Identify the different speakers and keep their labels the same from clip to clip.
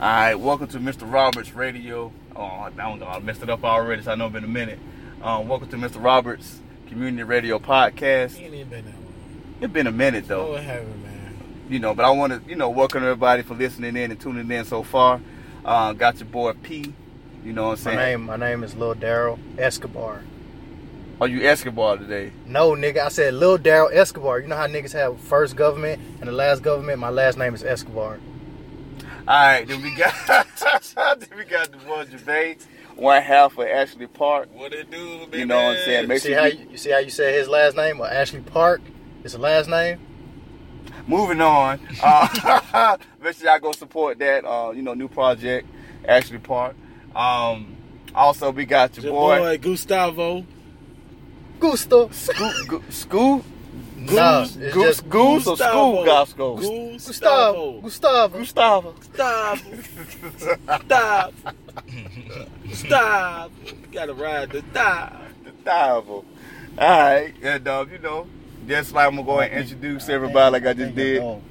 Speaker 1: All right, welcome to Mr. Roberts Radio. Oh, I, don't, I messed it up already, so I know it's been a minute. Um, welcome to Mr. Roberts Community Radio Podcast.
Speaker 2: ain't even been that long.
Speaker 1: It's been a minute
Speaker 2: Oh,
Speaker 1: though,
Speaker 2: it haven't, man.
Speaker 1: you know, but I want to, you know, welcome everybody for listening in and tuning in so far. Uh, got your boy P. You know what I'm
Speaker 3: My
Speaker 1: saying?
Speaker 3: name, my name is Lil Daryl Escobar.
Speaker 1: Are Oh, you Escobar today?
Speaker 3: No, nigga, I said Lil Daryl Escobar. You know how niggas have first government and the last government. My last name is Escobar.
Speaker 1: All right, then we got then we got the boy Javay, one half of Ashley Park.
Speaker 2: What it do, baby?
Speaker 1: You know what I'm saying?
Speaker 3: You
Speaker 1: Make
Speaker 3: see
Speaker 1: sure
Speaker 3: how
Speaker 1: you,
Speaker 3: you, you see how you said his last name? Well, Ashley Park is the last name.
Speaker 1: moving on. Uh, make sure y'all go support that. Uh, you know, new project, Ashley Park. Um, also, we got your,
Speaker 2: Your boy,
Speaker 1: boy,
Speaker 2: Gustavo.
Speaker 3: Gusto.
Speaker 1: Scoop, Scoop,
Speaker 3: Nah, it's
Speaker 1: Goose,
Speaker 3: just
Speaker 1: Goose, or Scoop Gosco,
Speaker 3: Gustavo.
Speaker 2: Gustavo.
Speaker 3: Gustavo.
Speaker 1: Gustavo.
Speaker 2: Stop. Stop. Stop. Gotta ride the stop.
Speaker 1: Gustavo. All right, and uh, you know, just like I'm gonna go ahead and introduce everybody like I just did.
Speaker 3: Oh,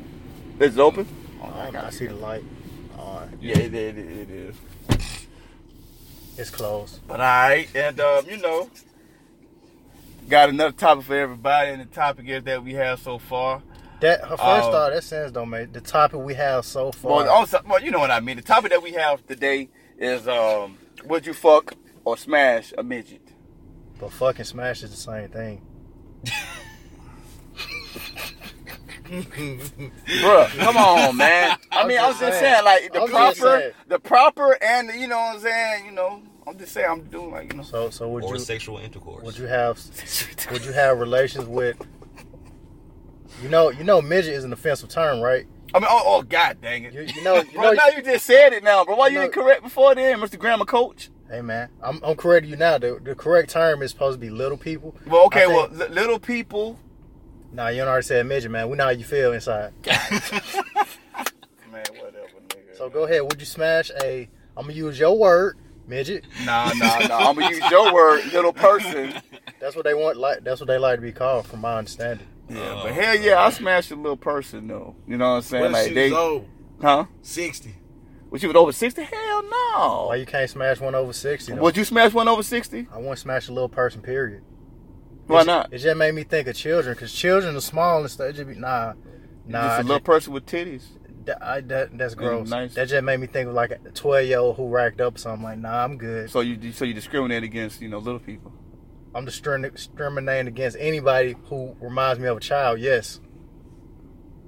Speaker 1: Is it open?
Speaker 3: I see the light. All right,
Speaker 1: Yeah, it, it, it is.
Speaker 3: it's closed.
Speaker 1: But all right, and um, you know, got another topic for everybody, and the topic is that we have so far.
Speaker 3: That her first
Speaker 1: Um,
Speaker 3: thought. That sentence don't make the topic we have so far.
Speaker 1: Well, also, well, you know what I mean. The topic that we have today is um, would you fuck or smash a midget?
Speaker 3: But fucking smash is the same thing.
Speaker 1: Bruh, come on, man. I mean, I was just saying, like the
Speaker 3: I'm just
Speaker 1: proper,
Speaker 3: saying.
Speaker 1: the proper, and the, you know what I'm saying. You know, I'm just saying, I'm doing like you know.
Speaker 3: So, so would
Speaker 4: or
Speaker 3: you
Speaker 4: sexual intercourse.
Speaker 3: would you have would you have relations with? You know, you know, midget is an offensive term, right?
Speaker 1: I mean, oh, oh, god dang it.
Speaker 3: You, you know, you
Speaker 1: Bro,
Speaker 3: know.
Speaker 1: now you just said it now, bro. Why you
Speaker 3: No.
Speaker 1: ain't correct before then, Mr. Grammar Coach?
Speaker 3: hey man, I'm, I'm correcting you now. The, the correct term is supposed to be little people.
Speaker 1: Well, okay,
Speaker 3: I think-
Speaker 1: well, li- little people,
Speaker 3: Nah, you done already said midget, man. We know how you feel inside.
Speaker 1: man, whatever, nigga.
Speaker 3: So go ahead. Would you smash a? I'm gonna use your word, midget.
Speaker 1: Nah, nah, nah. I'm gonna use your word, little person.
Speaker 3: That's what they want. Like that's what they like to be called, from my understanding.
Speaker 1: Yeah, but hell yeah, I smashed a little person though. You know what I'm saying?
Speaker 2: What
Speaker 1: like
Speaker 2: she
Speaker 1: they,
Speaker 2: was old?
Speaker 1: huh?
Speaker 2: 60.
Speaker 1: Would you was over sixty? Hell
Speaker 3: Why
Speaker 1: no.
Speaker 3: you can't smash one over sixty? though?
Speaker 1: Would you smash one over sixty?
Speaker 3: I won't smash a little person. Period.
Speaker 1: Why
Speaker 3: It's-
Speaker 1: not?
Speaker 3: It just made me think of children, cause children are small and stuff. It just be nah, nah.
Speaker 1: Just
Speaker 3: I
Speaker 1: a little
Speaker 3: ju-
Speaker 1: person with titties.
Speaker 3: that, I- that- that's gross.
Speaker 1: nice.
Speaker 3: That just made me think of like a twelve year old who racked up something. Like nah, I'm good.
Speaker 1: So you so you discriminate against you know little people.
Speaker 3: I'm discrim- discriminating against anybody who reminds me of a child. Yes.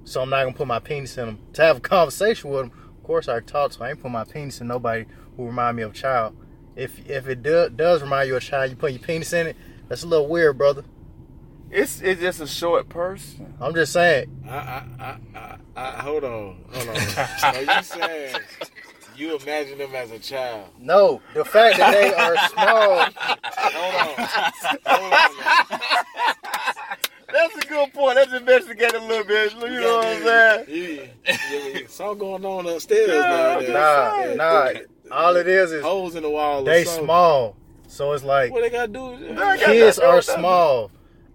Speaker 3: So I'm not gonna put my penis in them to have a conversation with them. Of course, I talk to. I ain't put my penis in nobody who remind me of a child. If if it do, does remind you of a child, you put your penis in it. That's a little weird, brother.
Speaker 1: It's it's just a short person.
Speaker 3: I'm just saying.
Speaker 2: I, I, I, I, I, hold on. Hold on. Are you saying you imagine them as a child?
Speaker 3: No, the fact that they are small.
Speaker 2: Hold on. Hold on. man.
Speaker 1: That's a good point. Let's investigate a little bit. You know what I'm saying?
Speaker 2: Yeah, yeah, it's all going on upstairs
Speaker 3: Nah,
Speaker 2: now.
Speaker 3: nah. All it is is
Speaker 2: Holes in the wall. or
Speaker 3: they
Speaker 2: something.
Speaker 3: small. So it's like
Speaker 2: What they gotta do? is-
Speaker 3: kids are small.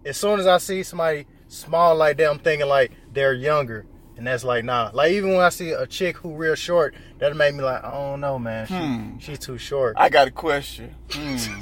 Speaker 3: As soon as I see somebody small like that, I'm thinking like they're younger. And that's like nah. Like even when I see a chick who real short, that made me like, I don't know, man. She, She's too short.
Speaker 1: Hmm. I got a question. Hmm.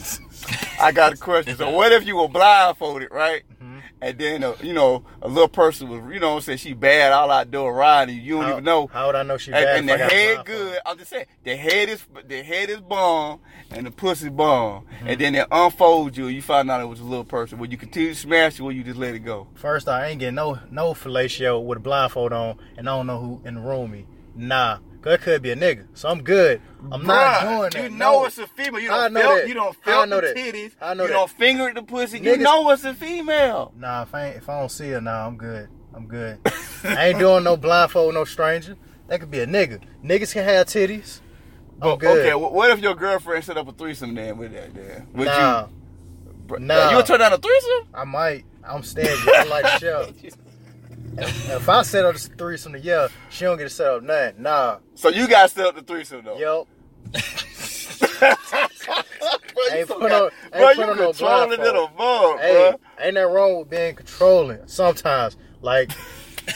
Speaker 1: I got a question. So what if you were blindfolded, right?
Speaker 3: Mm-hmm.
Speaker 1: And then uh, you know a little person was, you know, said she bad all outdoor riding. You don't
Speaker 3: how,
Speaker 1: even know.
Speaker 3: How would I know she bad?
Speaker 1: And, and the
Speaker 3: if I got a
Speaker 1: head
Speaker 3: blindfold?
Speaker 1: good. I'm just saying the head is the head is bomb and the pussy bomb.
Speaker 3: Mm-hmm.
Speaker 1: And then they unfold you. and You find out it was a little person. Will you continue to smash it? Will you just let it go?
Speaker 3: First, I ain't getting no no fellatio with a blindfold on, and I don't know who in the room me. Nah, 'cause it could be a nigga, so I'm good. I'm not
Speaker 1: Bruh,
Speaker 3: doing that.
Speaker 1: You
Speaker 3: no.
Speaker 1: know it's a female. You
Speaker 3: I
Speaker 1: don't
Speaker 3: know
Speaker 1: feel.
Speaker 3: that.
Speaker 1: You don't
Speaker 3: I
Speaker 1: feel
Speaker 3: know
Speaker 1: the
Speaker 3: that.
Speaker 1: titties.
Speaker 3: I know
Speaker 1: you
Speaker 3: that.
Speaker 1: don't finger the pussy. You
Speaker 3: Niggas-
Speaker 1: know it's a female.
Speaker 3: Nah, if I, ain't, if I don't see her, nah, I'm good. I'm good. I ain't doing no blindfold, no stranger. That could be a nigga. Niggas can have titties. I'm
Speaker 1: Oh,
Speaker 3: good.
Speaker 1: Okay, wh- what if your girlfriend set up a threesome then with that? Then would
Speaker 3: nah,
Speaker 1: you? br-
Speaker 3: nah.
Speaker 1: you would turn down a threesome?
Speaker 3: I might. I'm standing. I like the show. if I set up this threesome to yell, she don't get to set up nothing. Nah,
Speaker 1: So you got set up the threesome though.
Speaker 3: yo,
Speaker 1: Bro, you
Speaker 3: Ain't
Speaker 1: so
Speaker 3: put
Speaker 1: got-
Speaker 3: on- ain't
Speaker 1: bro,
Speaker 3: put
Speaker 1: you
Speaker 3: on no
Speaker 1: controlling it a
Speaker 3: blindfold.
Speaker 1: mug,
Speaker 3: hey,
Speaker 1: bro.
Speaker 3: ain't that wrong with being controlling? Sometimes, like,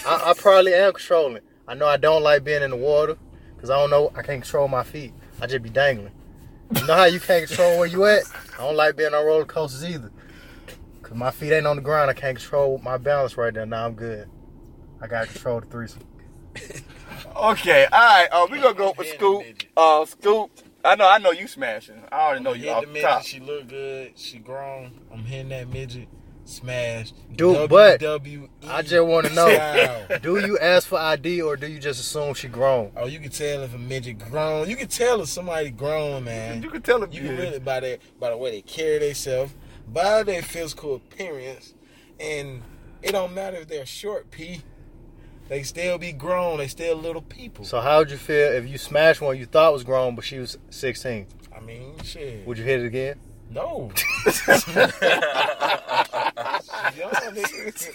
Speaker 3: I, I probably am controlling. I know I don't like being in the water, because I don't know. I can't control my feet. I just be dangling. You know how you can't control where you at? I don't like being on roller coasters either. Cause my feet ain't on the ground. I can't control my balance right there. Now I'm good. I gotta control the threesome.
Speaker 1: Okay, all right. Uh, we gonna go with
Speaker 2: Hand the
Speaker 1: Scoop.
Speaker 2: midget.
Speaker 1: Uh, Scoop. I know, I know you smashing. I already know
Speaker 2: No,
Speaker 1: you
Speaker 2: you
Speaker 1: off
Speaker 2: the
Speaker 1: the
Speaker 2: midget.
Speaker 1: top.
Speaker 2: She look good. She grown. I'm hitting that midget. Smash. E
Speaker 3: Dude, but
Speaker 2: WWE.
Speaker 3: I just wanna know.
Speaker 2: style.
Speaker 3: Do you ask for ID or do you just assume she grown?
Speaker 2: oh, you can tell if a midget grown. You can tell if somebody grown, man.
Speaker 1: You can tell if
Speaker 2: You
Speaker 1: you
Speaker 2: can really by their by the way they carry themselves, by their physical appearance, and it don't matter if they're short p, they still be grown. They still little people.
Speaker 3: So how would you feel if you smashed one you thought was grown but she was 16?
Speaker 2: I mean, shit.
Speaker 3: Would you hit it again?
Speaker 2: No. Young nigga.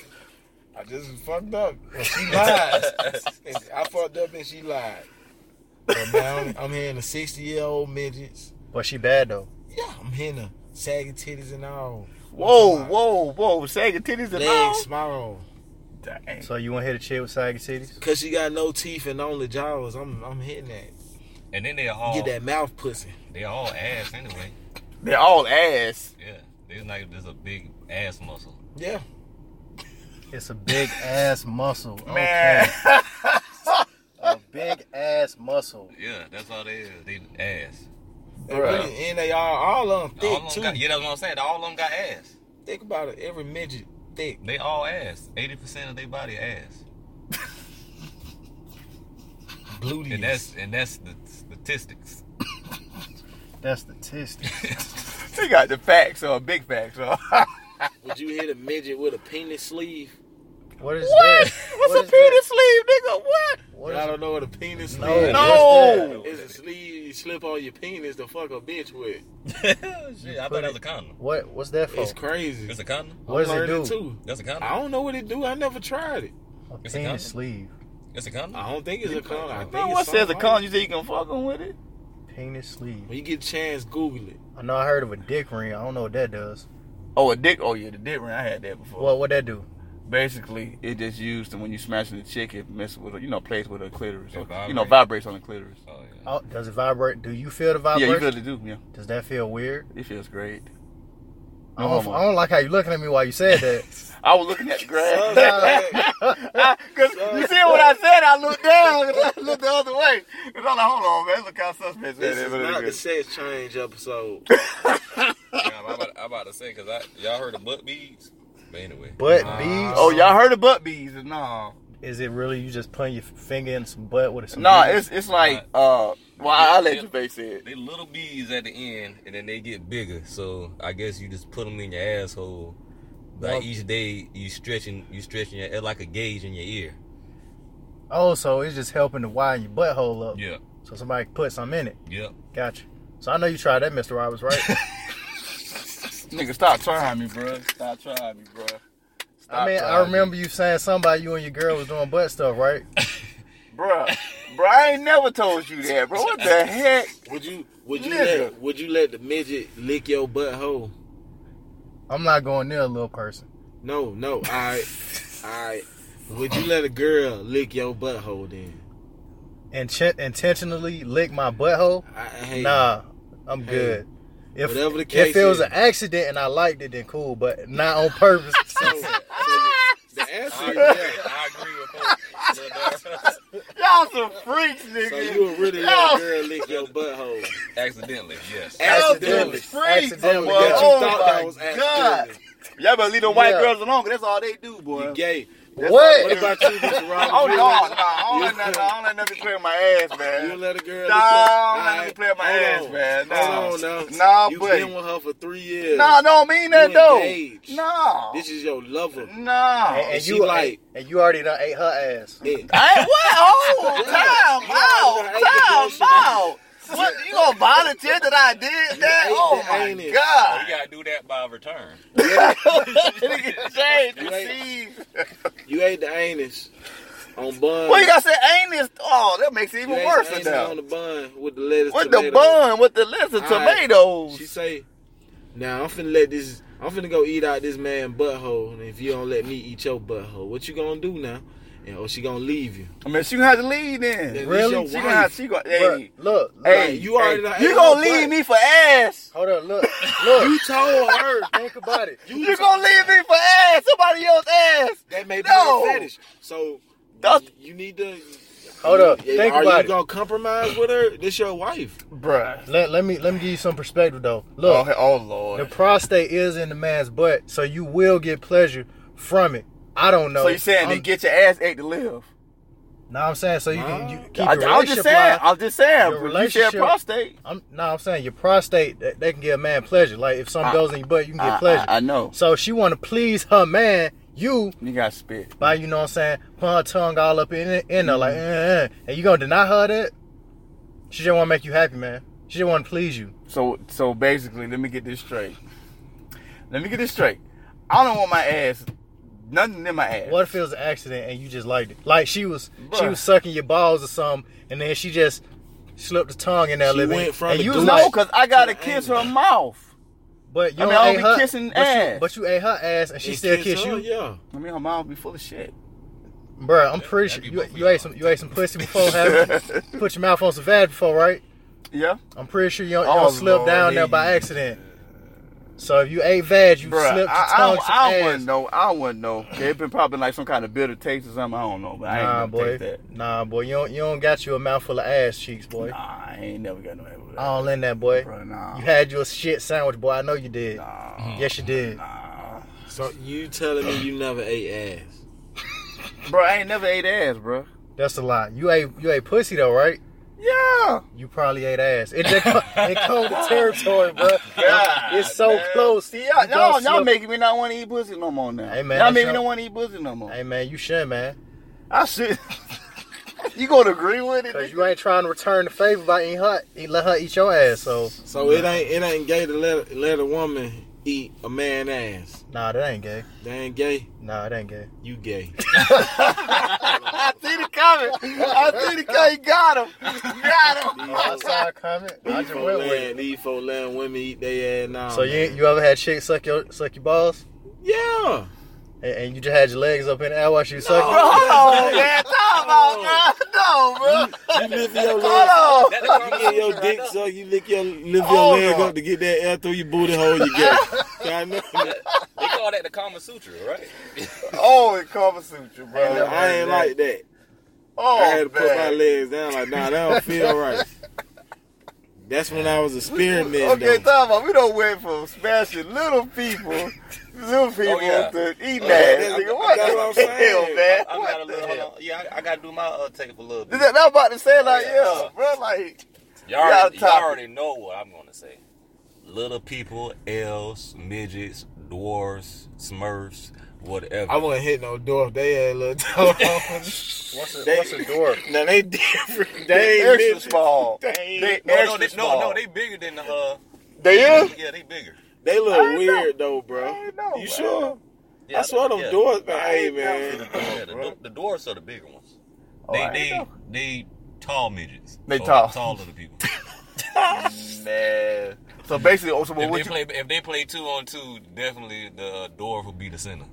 Speaker 2: I just fucked up. Well, she lied. I fucked up and she lied. But now I'm, I'm hearing the 60 year old midgets.
Speaker 3: But she bad though.
Speaker 2: Yeah, I'm hearing the saggy titties and all.
Speaker 1: Whoa, whoa, whoa! Saggy titties and all.
Speaker 2: Legs spiral.
Speaker 1: Dang.
Speaker 3: So you want to hit a chick with saggy titties?
Speaker 2: Cause she got no teeth and only jaws. I'm I'm hitting that.
Speaker 4: And then they all
Speaker 2: Get that mouth pussy.
Speaker 4: they all ass anyway.
Speaker 1: They're all ass.
Speaker 4: Yeah, there's like there's a big ass muscle.
Speaker 2: Yeah.
Speaker 3: It's a big ass muscle.
Speaker 1: Man.
Speaker 3: Okay. A big ass muscle.
Speaker 4: Yeah, that's all they is. They ass.
Speaker 2: They
Speaker 1: Bruh.
Speaker 2: really- and they all all of them
Speaker 4: All
Speaker 2: thick
Speaker 4: of
Speaker 2: too.
Speaker 4: them got, yeah, that's what I'm saying. All of them got ass.
Speaker 2: Think about it. Every midget thick.
Speaker 4: They all ass. Eighty percent of their body ass.
Speaker 2: Bluties.
Speaker 4: And that's and that's the statistics.
Speaker 3: That's statistics.
Speaker 1: She got the facts or big facts. Or
Speaker 2: Would you hit a midget with a penis sleeve?
Speaker 3: What is
Speaker 1: what?
Speaker 3: that?
Speaker 1: What's
Speaker 3: What
Speaker 1: a
Speaker 3: is
Speaker 1: penis sleeve, nigga? What?
Speaker 3: that? What
Speaker 2: I
Speaker 3: is
Speaker 2: don't know what a penis
Speaker 3: No.
Speaker 2: sleeve
Speaker 3: No.
Speaker 1: No.
Speaker 2: is. It's a sleeve you slip on your penis to fuck a bitch with.
Speaker 4: Shit,
Speaker 3: put
Speaker 4: I thought that was
Speaker 3: it-
Speaker 4: a condom.
Speaker 3: What? What's that for?
Speaker 2: It's crazy.
Speaker 4: It's a condom.
Speaker 3: What does
Speaker 2: I
Speaker 3: it do?
Speaker 2: learned too.
Speaker 4: That's a
Speaker 2: I
Speaker 4: condom.
Speaker 2: don't know what it do. I never tried it.
Speaker 3: A
Speaker 4: It's a condom.
Speaker 3: penis sleeve.
Speaker 4: It's a condom.
Speaker 2: I don't think it's a con. I think
Speaker 1: Man,
Speaker 2: it's
Speaker 1: what says a
Speaker 2: something
Speaker 1: con?
Speaker 2: like-
Speaker 1: You say you can fuck 'em with it?
Speaker 3: Penis sleeve.
Speaker 2: When you get a chance, Google it.
Speaker 3: I know I heard of a dick ring. I don't know what that does.
Speaker 1: Oh, a dick. Oh yeah, the dick ring. I had that before.
Speaker 3: What? What that do?
Speaker 1: basically it just used to when you smashing the chick, it messes with her, you know plays with her clitoris,
Speaker 4: It
Speaker 1: or, you
Speaker 4: vibrates.
Speaker 1: know vibrates on the clitoris.
Speaker 4: Oh yeah.
Speaker 3: Oh, does it vibrate? Do you feel the
Speaker 1: Yeah,
Speaker 3: vibration?
Speaker 1: you really do. Yeah,
Speaker 3: Does that feel weird?
Speaker 1: it feels great.
Speaker 3: I,
Speaker 1: No
Speaker 3: don't, I
Speaker 1: homo.
Speaker 3: don't like how you looking at me while you said that.
Speaker 1: I was looking at the grass.
Speaker 2: Son,
Speaker 1: Cause you see what I said, I looked down, and I looked the other way. Cause I'm like, hold on, man, look how suspect that
Speaker 2: this
Speaker 1: is.
Speaker 2: is
Speaker 1: but it
Speaker 2: not the
Speaker 1: is.
Speaker 2: sex change episode.
Speaker 4: Yeah, I'm, about, I'm about to say because I y'all heard of butt beads, but anyway.
Speaker 3: Butt
Speaker 2: Nah.
Speaker 3: beads?
Speaker 1: Oh, y'all heard of butt bees? No,
Speaker 3: Is it really you just putting your finger in some butt with some?
Speaker 1: no,
Speaker 3: beads?
Speaker 1: it's it's like, uh, well, I will let you face it.
Speaker 4: They little bees at the end, and then they get bigger. So I guess you just put them in your asshole. Like
Speaker 3: Well-
Speaker 4: each day, you stretching, you stretching your it's like a gauge in your ear.
Speaker 3: Oh, so it's just helping to widen your butthole up.
Speaker 4: Yeah,
Speaker 3: So somebody can put some in it.
Speaker 4: yeah.
Speaker 3: Gotcha. So I know you tried that, Mr. Roberts, right?
Speaker 1: Nigga, stop trying me, bro. Stop trying me, bro.
Speaker 3: I mean, I remember you saying somebody you and your girl was doing butt stuff, right?
Speaker 1: bro. Bro, I ain't never told you that, bro. What the heck?
Speaker 2: Would you? Would you
Speaker 1: Nigga.
Speaker 2: let? Would you let the midget lick your butthole?
Speaker 3: I'm not going near a little person.
Speaker 2: No, no. All right, all right. Would you let a girl lick your butthole then?
Speaker 3: And ch- intentionally lick my butthole?
Speaker 2: I, hey,
Speaker 3: Nah, I'm
Speaker 2: Hey.
Speaker 3: good. If
Speaker 2: Whatever the
Speaker 3: if
Speaker 2: case
Speaker 3: it was
Speaker 2: is.
Speaker 3: an accident and I liked it, then cool, but not on purpose.
Speaker 2: So, so the answer is
Speaker 4: I agree,
Speaker 2: yeah.
Speaker 4: I agree with folks.
Speaker 1: Y'all some freaks, nigga.
Speaker 2: So you would really let a
Speaker 1: Y'all
Speaker 2: girl lick your butthole?
Speaker 4: Accidentally, yes.
Speaker 2: Accidentally.
Speaker 1: some freaks,
Speaker 3: Accidentally.
Speaker 1: boy.
Speaker 2: That you
Speaker 1: Oh
Speaker 2: thought
Speaker 1: my
Speaker 2: that was
Speaker 1: God.
Speaker 2: accidentally.
Speaker 1: Y'all better leave them white
Speaker 3: Yeah.
Speaker 1: girls alone, 'cause that's all they do,
Speaker 2: You
Speaker 1: boy.
Speaker 2: gay.
Speaker 3: what?
Speaker 2: What about you, Mr. Roberts?
Speaker 1: Oh,
Speaker 2: You
Speaker 1: no, no.
Speaker 2: let-
Speaker 1: I don't let nothing- I don't let nothing clear my ass,
Speaker 2: You
Speaker 1: man.
Speaker 2: let a girl.
Speaker 1: Nah,
Speaker 2: lick
Speaker 1: I don't play with my ass, man. Nah.
Speaker 2: Hold on, now.
Speaker 1: Nah,
Speaker 2: you
Speaker 1: buddy.
Speaker 2: been with her for three years.
Speaker 1: Nah, I don't mean that,
Speaker 2: You
Speaker 1: though.
Speaker 2: engaged.
Speaker 1: Nah.
Speaker 2: This is your lover.
Speaker 1: Nah.
Speaker 3: and, and
Speaker 2: she
Speaker 3: you
Speaker 2: like-
Speaker 3: like, and you already done ate her ass.
Speaker 2: Dick.
Speaker 1: I ain't what? Oh, time
Speaker 2: Yeah. You already done
Speaker 1: out,
Speaker 2: ate the
Speaker 1: time out. What you gonna volunteer that I did that?
Speaker 2: ate
Speaker 1: Oh
Speaker 2: it, ain't
Speaker 1: my
Speaker 2: it?
Speaker 4: Oh,
Speaker 1: god!
Speaker 4: you gotta do that by return.
Speaker 1: Nigga, James,
Speaker 2: You ate-
Speaker 1: you see?
Speaker 2: You ate the anus on bun.
Speaker 1: Well, you gotta say anus. Oh, that makes it
Speaker 2: You
Speaker 1: even
Speaker 2: ate
Speaker 1: worse
Speaker 2: the
Speaker 1: than
Speaker 2: anus on
Speaker 1: that.
Speaker 2: the bun with the lettuce.
Speaker 1: With the
Speaker 2: tomato.
Speaker 1: bun, with the lettuce, and
Speaker 2: All right.
Speaker 1: tomatoes.
Speaker 2: She say, "Now I'm finna let this. I'm finna go eat out this man butthole, and if you don't let me eat your butthole, what you gonna do now?" and or she gonna leave you.
Speaker 1: I mean, she gonna have to leave then.
Speaker 2: Then it's
Speaker 3: Really?
Speaker 2: your
Speaker 1: She
Speaker 2: wife.
Speaker 1: gonna have she gonna
Speaker 3: Bruh,
Speaker 1: hey,
Speaker 3: look, look.
Speaker 1: hey,
Speaker 2: you
Speaker 1: hey,
Speaker 2: already done
Speaker 1: you
Speaker 2: ate
Speaker 1: gonna
Speaker 2: my
Speaker 1: leave
Speaker 2: butt.
Speaker 1: me for ass.
Speaker 3: Hold up, look, look.
Speaker 2: You told her
Speaker 3: Think about it.
Speaker 1: You gonna leave me for ass, somebody else ass.
Speaker 2: that may be
Speaker 1: No.
Speaker 2: her fetish. So
Speaker 1: That's-
Speaker 2: you need to
Speaker 3: Hold up.
Speaker 2: Yeah,
Speaker 3: Think
Speaker 2: Are
Speaker 3: about
Speaker 2: you
Speaker 3: it.
Speaker 2: gonna compromise with her? This your wife.
Speaker 1: Bruh.
Speaker 3: Let, let me let me give you some perspective though.
Speaker 1: Oh,
Speaker 3: Look,
Speaker 1: he- oh
Speaker 3: the
Speaker 1: Lord.
Speaker 3: prostate is in the man's butt, so you will get pleasure from it. I don't know.
Speaker 1: so you saying
Speaker 3: I'm,
Speaker 1: they get your ass ate to live.
Speaker 3: No, I'm saying so you can you keep your
Speaker 1: I, am
Speaker 3: relationship
Speaker 1: just saying,
Speaker 3: alive.
Speaker 1: I'm just saying,
Speaker 3: Your
Speaker 1: but you said
Speaker 3: relationship-
Speaker 1: prostate.
Speaker 3: I'm no, I'm saying your prostate they, they can give a man pleasure. Like if something
Speaker 1: I-
Speaker 3: goes in your butt, you can get
Speaker 1: I-
Speaker 3: pleasure.
Speaker 1: I- I know.
Speaker 3: So she want to please her man, you
Speaker 1: You got spit.
Speaker 3: by you know what I'm saying, put her tongue all up in it, in her like, eh, eh. and you gonna deny her that? She just want to make you happy, man. She just want to please you.
Speaker 1: So so basically, let me get this straight. Let me get this straight. I don't want my ass, nothing in my ass.
Speaker 3: What if it was an accident and you just liked it? Like she was, she
Speaker 1: Bruh.
Speaker 3: was sucking your balls or something, and then she just slipped the tongue in there a
Speaker 2: She
Speaker 3: little
Speaker 2: went
Speaker 3: bit,
Speaker 2: from
Speaker 3: and
Speaker 2: the
Speaker 3: you was
Speaker 2: goose-
Speaker 1: No,
Speaker 3: like,
Speaker 1: cause I gotta kiss her mouth.
Speaker 3: but you
Speaker 1: I mean,
Speaker 3: don't
Speaker 1: I
Speaker 3: ate
Speaker 1: don't be
Speaker 3: her,
Speaker 1: kissing
Speaker 3: but you-
Speaker 1: ass.
Speaker 3: but you ate her ass, and she
Speaker 2: And
Speaker 3: still kiss
Speaker 2: her,
Speaker 3: you,
Speaker 2: Yeah.
Speaker 1: I mean, her mouth be full of shit.
Speaker 3: Bruh, I'm pretty sure
Speaker 4: that'd be
Speaker 3: you,
Speaker 4: both of
Speaker 3: you ate
Speaker 4: y'all.
Speaker 3: some, you ate some pussy before, haven't you? Put your mouth on some Vag before, right?
Speaker 1: Yeah,
Speaker 3: I'm pretty sure you don't, you
Speaker 1: Oh,
Speaker 3: don't slip
Speaker 1: Lord,
Speaker 3: down there
Speaker 1: he-
Speaker 3: by accident. So if you ate Vag, you
Speaker 1: Bruh,
Speaker 3: slipped your
Speaker 1: I, I,
Speaker 3: tongue
Speaker 1: don't-
Speaker 3: some
Speaker 1: I,
Speaker 3: ass.
Speaker 1: wouldn't know. I wouldn't know. It been probably like some kind of bitter taste or something. I don't know, but I ain't
Speaker 3: Nah,
Speaker 1: gonna
Speaker 3: boy.
Speaker 1: take that.
Speaker 3: Nah, boy. You don't, you don't got you a mouthful of ass cheeks, boy.
Speaker 1: Nah, I ain't never got no ass with that.
Speaker 3: All in that, boy.
Speaker 1: Bruh, nah.
Speaker 3: You had your shit sandwich, boy. I know you did.
Speaker 1: Nah,
Speaker 3: Yes, you did.
Speaker 1: nah.
Speaker 2: So you telling me you never ate ass?
Speaker 1: Bro, I ain't never ate ass, bro.
Speaker 3: That's a lie. You ate you ate pussy though, right?
Speaker 1: Yeah.
Speaker 3: You probably ate ass. It just it comes to territory, bro.
Speaker 1: God,
Speaker 3: it's so
Speaker 1: man.
Speaker 3: close.
Speaker 1: See, y'all,
Speaker 3: You gonna
Speaker 1: y'all, y'all
Speaker 3: slip-
Speaker 1: making me not want to eat pussy no more now.
Speaker 3: Hey, man,
Speaker 1: y'all
Speaker 3: that's
Speaker 1: making me
Speaker 3: your-
Speaker 1: not want to eat pussy no more.
Speaker 3: Hey man, you should, man.
Speaker 1: I should. you gonna agree with it?
Speaker 3: Cause
Speaker 1: nigga?
Speaker 3: you ain't trying to return the favor by eating her, eat, let her eat your ass. So
Speaker 2: So it ain't it ain't gay to let let a woman eat a man ass.
Speaker 3: nah, that ain't gay.
Speaker 2: They ain't gay.
Speaker 3: Nah, it ain't gay.
Speaker 2: You gay.
Speaker 1: I see the comment. I see the comment. You got him. You got him.
Speaker 3: Oh, sorry, comment. I just
Speaker 2: These
Speaker 3: went with
Speaker 2: folk land,
Speaker 3: it.
Speaker 2: these folk land women eat they ass now.
Speaker 3: So you
Speaker 2: man.
Speaker 3: you ever had chicks suck your suck your balls,
Speaker 2: yeah.
Speaker 3: and, and you just had your legs up in the air while she was
Speaker 1: Bro,
Speaker 3: sucking?
Speaker 1: hold on, man. Talk
Speaker 2: Oh.
Speaker 1: about God. No, bro.
Speaker 2: You lift your leg.
Speaker 1: Hold on.
Speaker 2: You get your dick so you lick your lift your
Speaker 1: Hold
Speaker 2: leg
Speaker 1: on.
Speaker 2: up to get that air through your booty hole. You gay. I know.
Speaker 4: They call that the Kama Sutra, right?
Speaker 1: Oh, it covers sutra, bro.
Speaker 2: I ain't like that.
Speaker 1: Oh,
Speaker 2: I had to put my
Speaker 1: man.
Speaker 2: legs down like, nah, that don't feel right. That's when I was experimenting.
Speaker 1: Okay,
Speaker 2: though.
Speaker 1: talk about we don't wait for smashing little people, little
Speaker 2: Oh,
Speaker 1: people
Speaker 4: yeah.
Speaker 1: to eat
Speaker 4: Oh,
Speaker 1: that.
Speaker 4: yeah,
Speaker 1: nigga,
Speaker 4: I'm-
Speaker 1: what
Speaker 2: that's what I'm
Speaker 1: the hell,
Speaker 2: saying.
Speaker 1: man?
Speaker 4: I, I
Speaker 1: what
Speaker 4: gotta
Speaker 1: the
Speaker 4: look,
Speaker 1: hell?
Speaker 4: hold on. Yeah, I, I gotta do my uh, take up a little bit.
Speaker 1: Is that- I'm about to say like, yeah,
Speaker 4: Yeah.
Speaker 1: bro, like,
Speaker 4: Y'all already,
Speaker 1: Y'all
Speaker 4: y'all
Speaker 1: topic.
Speaker 4: already know what I'm gonna say. Little people, elves, midgets, dwarves, smurfs, whatever.
Speaker 2: I wouldn't hit no door if they had a little toe.
Speaker 3: What's a, what's a dwarf?
Speaker 2: now they different.
Speaker 1: they
Speaker 2: They ain't
Speaker 1: extra
Speaker 2: bitches.
Speaker 1: small.
Speaker 2: They
Speaker 1: They,
Speaker 2: ain't-
Speaker 4: no,
Speaker 1: extra
Speaker 4: no, they,
Speaker 1: small.
Speaker 4: no, no, they bigger than the. Uh,
Speaker 1: they is.
Speaker 4: yeah, they bigger.
Speaker 2: They look
Speaker 1: I ain't
Speaker 2: weird though, bro.
Speaker 1: I ain't know,
Speaker 2: you
Speaker 1: man.
Speaker 2: sure?
Speaker 4: Yeah,
Speaker 2: I saw them
Speaker 4: yeah.
Speaker 2: doors, man. Hey
Speaker 4: Yeah, the,
Speaker 2: man,
Speaker 4: yeah, the, dwar- the dwarves are the bigger ones.
Speaker 1: Oh,
Speaker 4: they
Speaker 1: I
Speaker 4: they
Speaker 1: know.
Speaker 4: they tall midgets.
Speaker 1: They
Speaker 4: Or
Speaker 1: tall.
Speaker 4: tall little people.
Speaker 1: Man. So basically, also, but
Speaker 4: if
Speaker 1: what
Speaker 4: they
Speaker 1: you?
Speaker 4: play if they play two on two, definitely the uh, dwarf will be the center.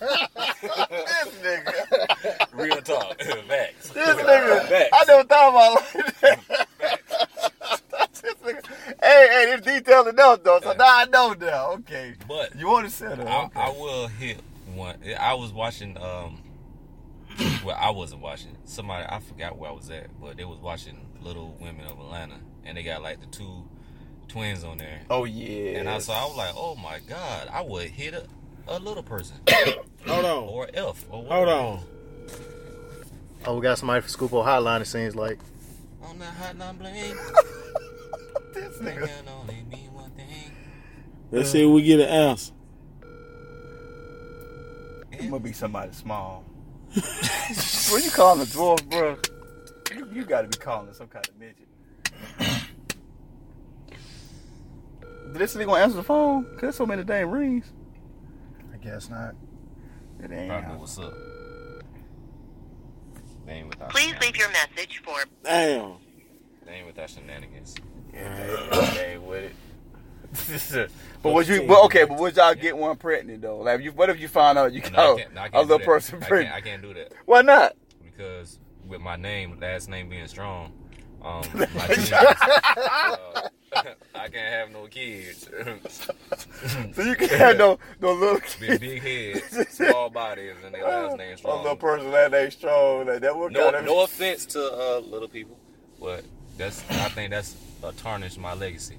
Speaker 1: This nigga,
Speaker 4: Real talk, facts.
Speaker 1: this nigga.
Speaker 4: facts.
Speaker 1: I never thought about it like that. This nigga. Hey, hey, this detailed enough though. So now I know now. Okay.
Speaker 4: But
Speaker 1: You want to set up?
Speaker 2: Oh,
Speaker 4: I, I will hit one. I was watching. um Well, I wasn't watching. Somebody I forgot where I was at, but they was watching Little Women of Atlanta, and they got like the two twins on there.
Speaker 1: Oh yeah.
Speaker 4: And I saw. I was like, oh my god, I would hit a, a little person
Speaker 2: hold on,
Speaker 4: or elf or whatever.
Speaker 2: hold on.
Speaker 3: Oh, we got somebody from Scoop Hotline. It seems like.
Speaker 4: On the hotline bling,
Speaker 1: this
Speaker 4: that
Speaker 1: nigga.
Speaker 4: can only mean one thing.
Speaker 2: Let's see if we get an answer.
Speaker 1: It must be somebody small. when you calling a dwarf, bro, you, you gotta be calling some kind of midget. Did this nigga gonna answer the phone? Cause there's so many damn rings.
Speaker 3: I guess not.
Speaker 1: It ain't.
Speaker 4: Probably what's up. They ain't without
Speaker 5: Please leave your message for
Speaker 2: Damn.
Speaker 4: They ain't with that shenanigans.
Speaker 1: It ain't, it ain't with it. But would you? But okay, but would y'all get one pregnant though? Like, you, what if you find out you
Speaker 4: No, I
Speaker 1: got
Speaker 4: can't, no, I can't
Speaker 1: a
Speaker 4: do
Speaker 1: little
Speaker 4: that.
Speaker 1: Oh, person
Speaker 4: I
Speaker 1: pregnant?
Speaker 4: can't, I can't do that
Speaker 1: Why not?
Speaker 4: because with my name, last name being strong, um, my genes, uh, I can't have no kids.
Speaker 1: So you can't have no no little kid,
Speaker 4: Big, big head, small bodies, and their last name
Speaker 1: a little
Speaker 4: strong.
Speaker 1: person that ain't strong. Like, that would
Speaker 4: No,
Speaker 1: kind of
Speaker 4: no offense to uh, little people, but that's I think that's uh, tarnished my legacy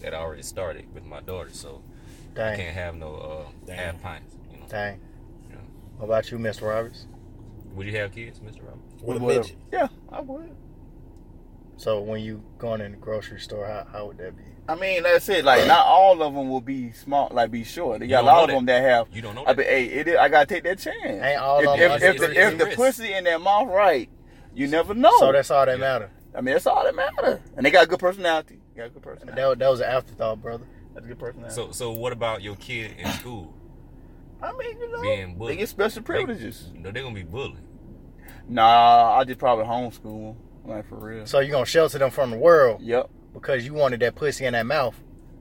Speaker 4: that I already started with my daughter. So I
Speaker 3: Dang.
Speaker 4: can't have no uh,
Speaker 2: Damn.
Speaker 4: half pints. You know,
Speaker 3: Dang.
Speaker 4: Yeah.
Speaker 3: What about you, Mr. Roberts?
Speaker 4: would you have kids, Mr. Robert?
Speaker 2: What a
Speaker 1: Whatever.
Speaker 2: midget.
Speaker 1: Yeah, I would.
Speaker 3: So when you going in the grocery store, how, how would that be?
Speaker 1: I mean, that's it. Like, not all of them will be small. Like, be short. They
Speaker 4: You
Speaker 1: got a
Speaker 4: don't know
Speaker 1: lot of
Speaker 4: that.
Speaker 1: them that have.
Speaker 4: You don't know.
Speaker 1: I
Speaker 4: That.
Speaker 1: mean, hey, it is, I gotta take that chance.
Speaker 3: Ain't all
Speaker 1: if,
Speaker 3: of
Speaker 1: if,
Speaker 3: them.
Speaker 1: if,
Speaker 4: It's a-
Speaker 1: the, if
Speaker 4: it's a
Speaker 1: the
Speaker 4: risk.
Speaker 1: pussy in their mouth right, you never know.
Speaker 3: so that's all that
Speaker 4: Yeah.
Speaker 3: matter.
Speaker 1: I mean, that's all that matter. And they got a good personality. They got a good personality.
Speaker 3: That, wa- that was an afterthought, brother.
Speaker 1: That's a good personality.
Speaker 4: So, so what about your kid in school?
Speaker 1: I mean, you know,
Speaker 4: Being bullied.
Speaker 1: they get special privileges.
Speaker 4: They, no, they're gonna be bullied.
Speaker 1: Nah, I just probably homeschool. 'em, Like for real.
Speaker 3: So you gonna shelter them from the world
Speaker 1: Yep.
Speaker 3: because you wanted that pussy in that mouth,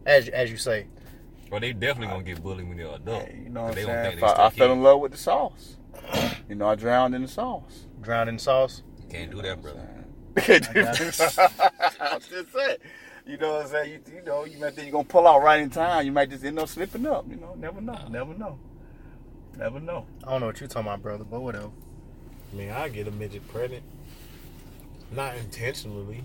Speaker 3: as as you say.
Speaker 4: Well, they definitely gonna get bullied when they're adult.
Speaker 1: Hey, you know what
Speaker 4: They
Speaker 1: I'm
Speaker 4: gonna
Speaker 1: saying?
Speaker 4: think
Speaker 1: If I, I
Speaker 4: they still
Speaker 1: fell in love with the sauce. You know, I drowned in the sauce.
Speaker 3: Drowned in sauce.
Speaker 4: kids. Can't do that, brother.
Speaker 1: Can't do
Speaker 3: got
Speaker 1: that. I'm just saying. You know what I'm saying? You, you know, you might think you're gonna pull out right in time. You might just end up slipping up. You know, never know. Never know. Never know.
Speaker 3: I don't know what you talking about, brother, but whatever.
Speaker 2: I mean, I get a midget pregnant. Not intentionally.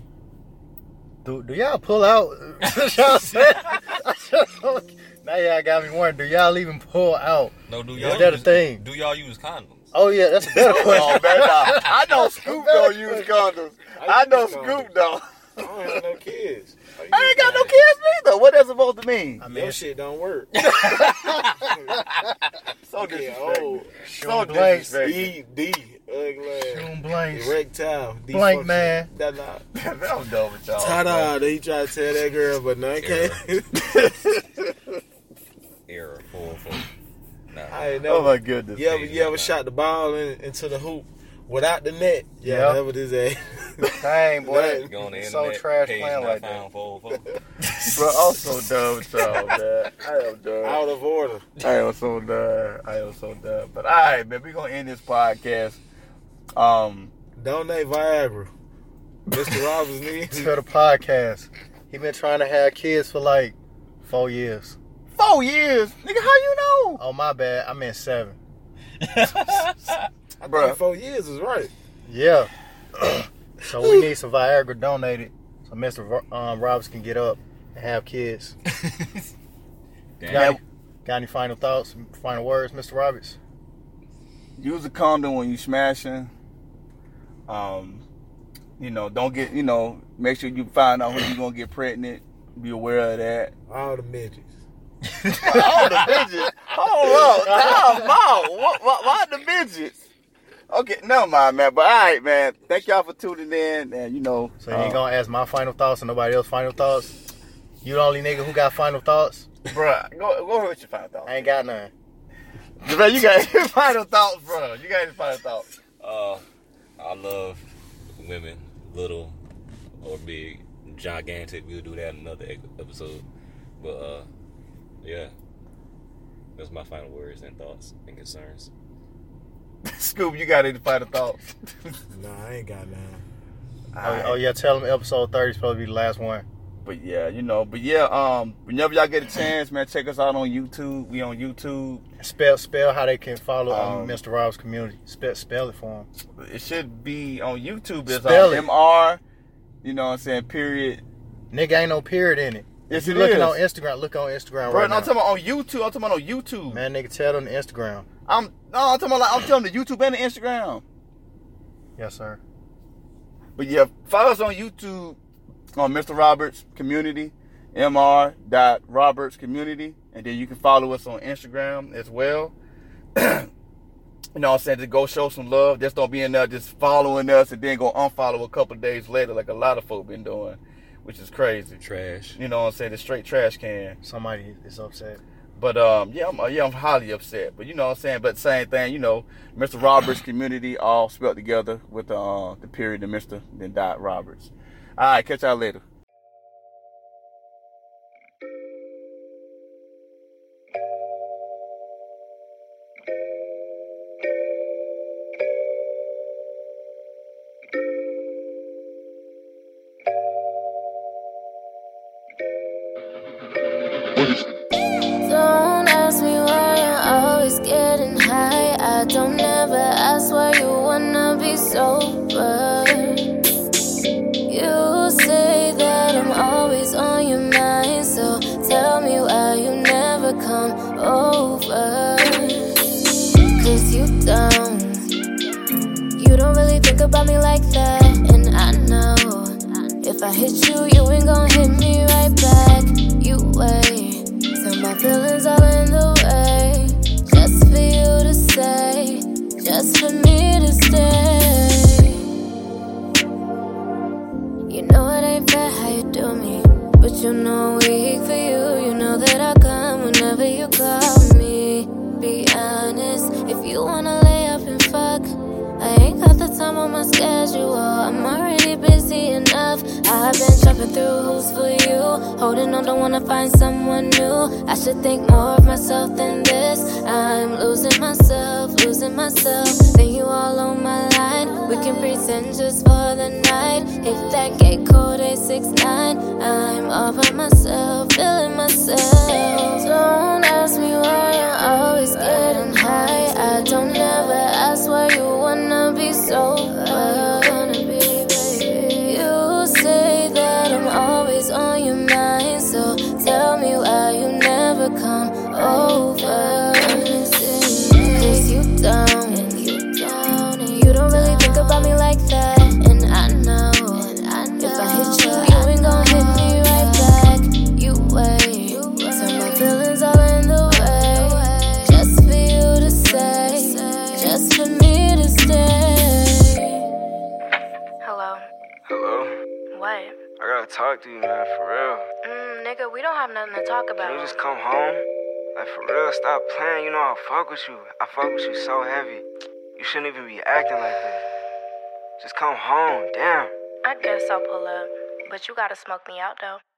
Speaker 3: Do, do y'all pull out? y'all said- now y'all got me wondering. Do y'all even pull out?
Speaker 4: No, do
Speaker 3: Is
Speaker 4: y'all
Speaker 3: that a
Speaker 4: use,
Speaker 3: thing?
Speaker 4: Do y'all use condoms?
Speaker 3: Oh yeah, that's a better
Speaker 1: Oh,
Speaker 3: question.
Speaker 1: man, nah. I know Scoop don't use condoms. I know Scoop don't.
Speaker 2: I don't have no kids.
Speaker 1: I ain't got no kids neither. What that supposed to mean?
Speaker 3: I mean,
Speaker 2: Your
Speaker 3: it's
Speaker 2: shit don't work.
Speaker 1: So
Speaker 2: Yeah,
Speaker 1: disrespectful.
Speaker 2: old.
Speaker 1: So
Speaker 3: blanks.
Speaker 1: disrespectful.
Speaker 2: D, D, ugly,
Speaker 3: June blanks.
Speaker 2: erectile, D
Speaker 3: Blank man.
Speaker 2: That not.
Speaker 1: I'm done with y'all.
Speaker 2: Ta-da! They try to tell that girl, but none
Speaker 4: Yeah.
Speaker 2: came.
Speaker 4: Error four four. Nah,
Speaker 2: I ain't never.
Speaker 1: Oh my goodness.
Speaker 2: you ever, you ever shot the ball in, into the hoop without the net? Yeah,
Speaker 3: Yep.
Speaker 2: that was his ass.
Speaker 3: Dang, boy.
Speaker 4: Go on the
Speaker 3: So
Speaker 4: internet,
Speaker 3: trash
Speaker 4: page
Speaker 3: playing
Speaker 4: not
Speaker 3: like that.
Speaker 4: found, four oh four.
Speaker 1: Bro, I'm so done with y'all, man. I am done.
Speaker 2: Out of order.
Speaker 1: I am so done. I am so done. But all right, man, we gonna end this podcast. Um,
Speaker 2: Donate Viagra. Mr. Roberts needs.
Speaker 3: to the podcast. He been trying to have kids for like four years.
Speaker 1: four years, nigga. How you know,
Speaker 3: Oh my bad, I meant seven.
Speaker 1: bro?
Speaker 2: Four years is right.
Speaker 3: Yeah. so we need some Viagra donated so Mr. Ro- Um, Roberts can get up and have kids.
Speaker 4: Damn.
Speaker 3: Got, any, got any final thoughts, final words, Mr. Roberts?
Speaker 1: Use a condom when you smashing. Um, you know, don't get. You know, make sure you find out when you gonna get pregnant. Be aware of that.
Speaker 2: All the midgets.
Speaker 1: all the midgets. Hold up. Time out. Why, why, why the midgets? Okay, never mind, man. But all right, man. Thank y'all for tuning in. And, you know,
Speaker 3: So you ain't
Speaker 1: uh,
Speaker 3: gonna ask my final thoughts and nobody else final thoughts? You the only nigga who got final thoughts?
Speaker 1: bruh, go, go ahead with your final thoughts.
Speaker 3: I ain't got none.
Speaker 1: Man, you got your final thoughts, bruh. You got your final thoughts.
Speaker 4: Uh, I love women, little or big, gigantic. We'll do that in another e- episode. But uh, yeah, that's my final words and thoughts and concerns.
Speaker 1: Scoop, you got any final thoughts?
Speaker 2: Nah, I ain't got none.
Speaker 3: Oh, oh yeah, tell him episode 30 is supposed to be the last one.
Speaker 1: But yeah, you know, but yeah, um, whenever y'all get a chance, man, check us out on YouTube. We on YouTube.
Speaker 3: Spell spell how they can follow um,
Speaker 1: Um,
Speaker 3: Mr. Roberts community. Spell spell it for him.
Speaker 1: It should be on YouTube. It's
Speaker 3: Spell
Speaker 1: on
Speaker 3: it.
Speaker 1: MR. You know what I'm saying? Period.
Speaker 3: Nigga ain't no period in it.
Speaker 1: Yes,
Speaker 3: if
Speaker 1: it
Speaker 3: you looking
Speaker 1: is.
Speaker 3: on Instagram, look on Instagram
Speaker 1: Bro,
Speaker 3: right
Speaker 1: no,
Speaker 3: now.
Speaker 1: I'm talking about on YouTube. I'm talking about on YouTube.
Speaker 3: Man, nigga, tell them Instagram.
Speaker 1: I'm no, I'm talking about like, I'm telling the YouTube and the Instagram.
Speaker 3: Yes, sir.
Speaker 1: But yeah, follow us on YouTube on Mr. Roberts Community, Mr. Dot Roberts Community, and then you can follow us on Instagram as well. you know what I'm saying? Just go show some love. Just don't be in there just following us and then go unfollow a couple days later, like a lot of folk been doing, which is crazy.
Speaker 4: Trash.
Speaker 1: You know what I'm saying? The straight trash can.
Speaker 3: Somebody is upset.
Speaker 1: But um, yeah, I'm uh, yeah, I'm highly upset. But you know what I'm saying. But same thing, you know, Mr. Roberts community all spelled together with uh, the period and Mr. Then dot Roberts. All right, catch y'all later.
Speaker 5: Don't ask me why I'm always getting high. I don't ever ask why you wanna be sober. You say that I'm always on your mind, so tell me why you never come over. Cause you don't. You don't really think about me like that, and I know. If I hit you, you ain't gonna hit me right back. You wait. So my feelings all in the way. Just for you to say, just for me to stay. You know it ain't fair how you do me. But you know I'm weak for you. You know that I come whenever you call me. Be honest, if you wanna lay up and fuck, I ain't got the time on my schedule. I'm already busy enough. I've been jumping through hoops for you. Holding on, don't wanna find someone new. I should think more of myself than this. I'm losing myself, losing myself. Then you all on my line. We can pretend just for the night. Hit that gate code 869. I'm all by myself, feeling myself. Don't ask me why I'm always getting high. I don't ever ask why you wanna be sober. You say that I'm always on your mind, so tell me why you never come over. Cause you don't, and you don't, and you don't really think about me like that. And I know, if I hit you, you ain't gon' hit me right back. You wait, so my feelings all in the way. Just for you to say, just for me to stay.
Speaker 6: Hello.
Speaker 7: Hello?
Speaker 6: What?
Speaker 7: I gotta talk to you, man, for real.
Speaker 6: Mm, nigga, we don't have nothing to talk
Speaker 7: Can you
Speaker 6: about.
Speaker 7: just come home? Like, for real, stop playing. You know I fuck with you. I fuck with you so heavy. You shouldn't even be acting like that. Just come home, damn.
Speaker 6: I guess I'll pull up, but you gotta smoke me out though.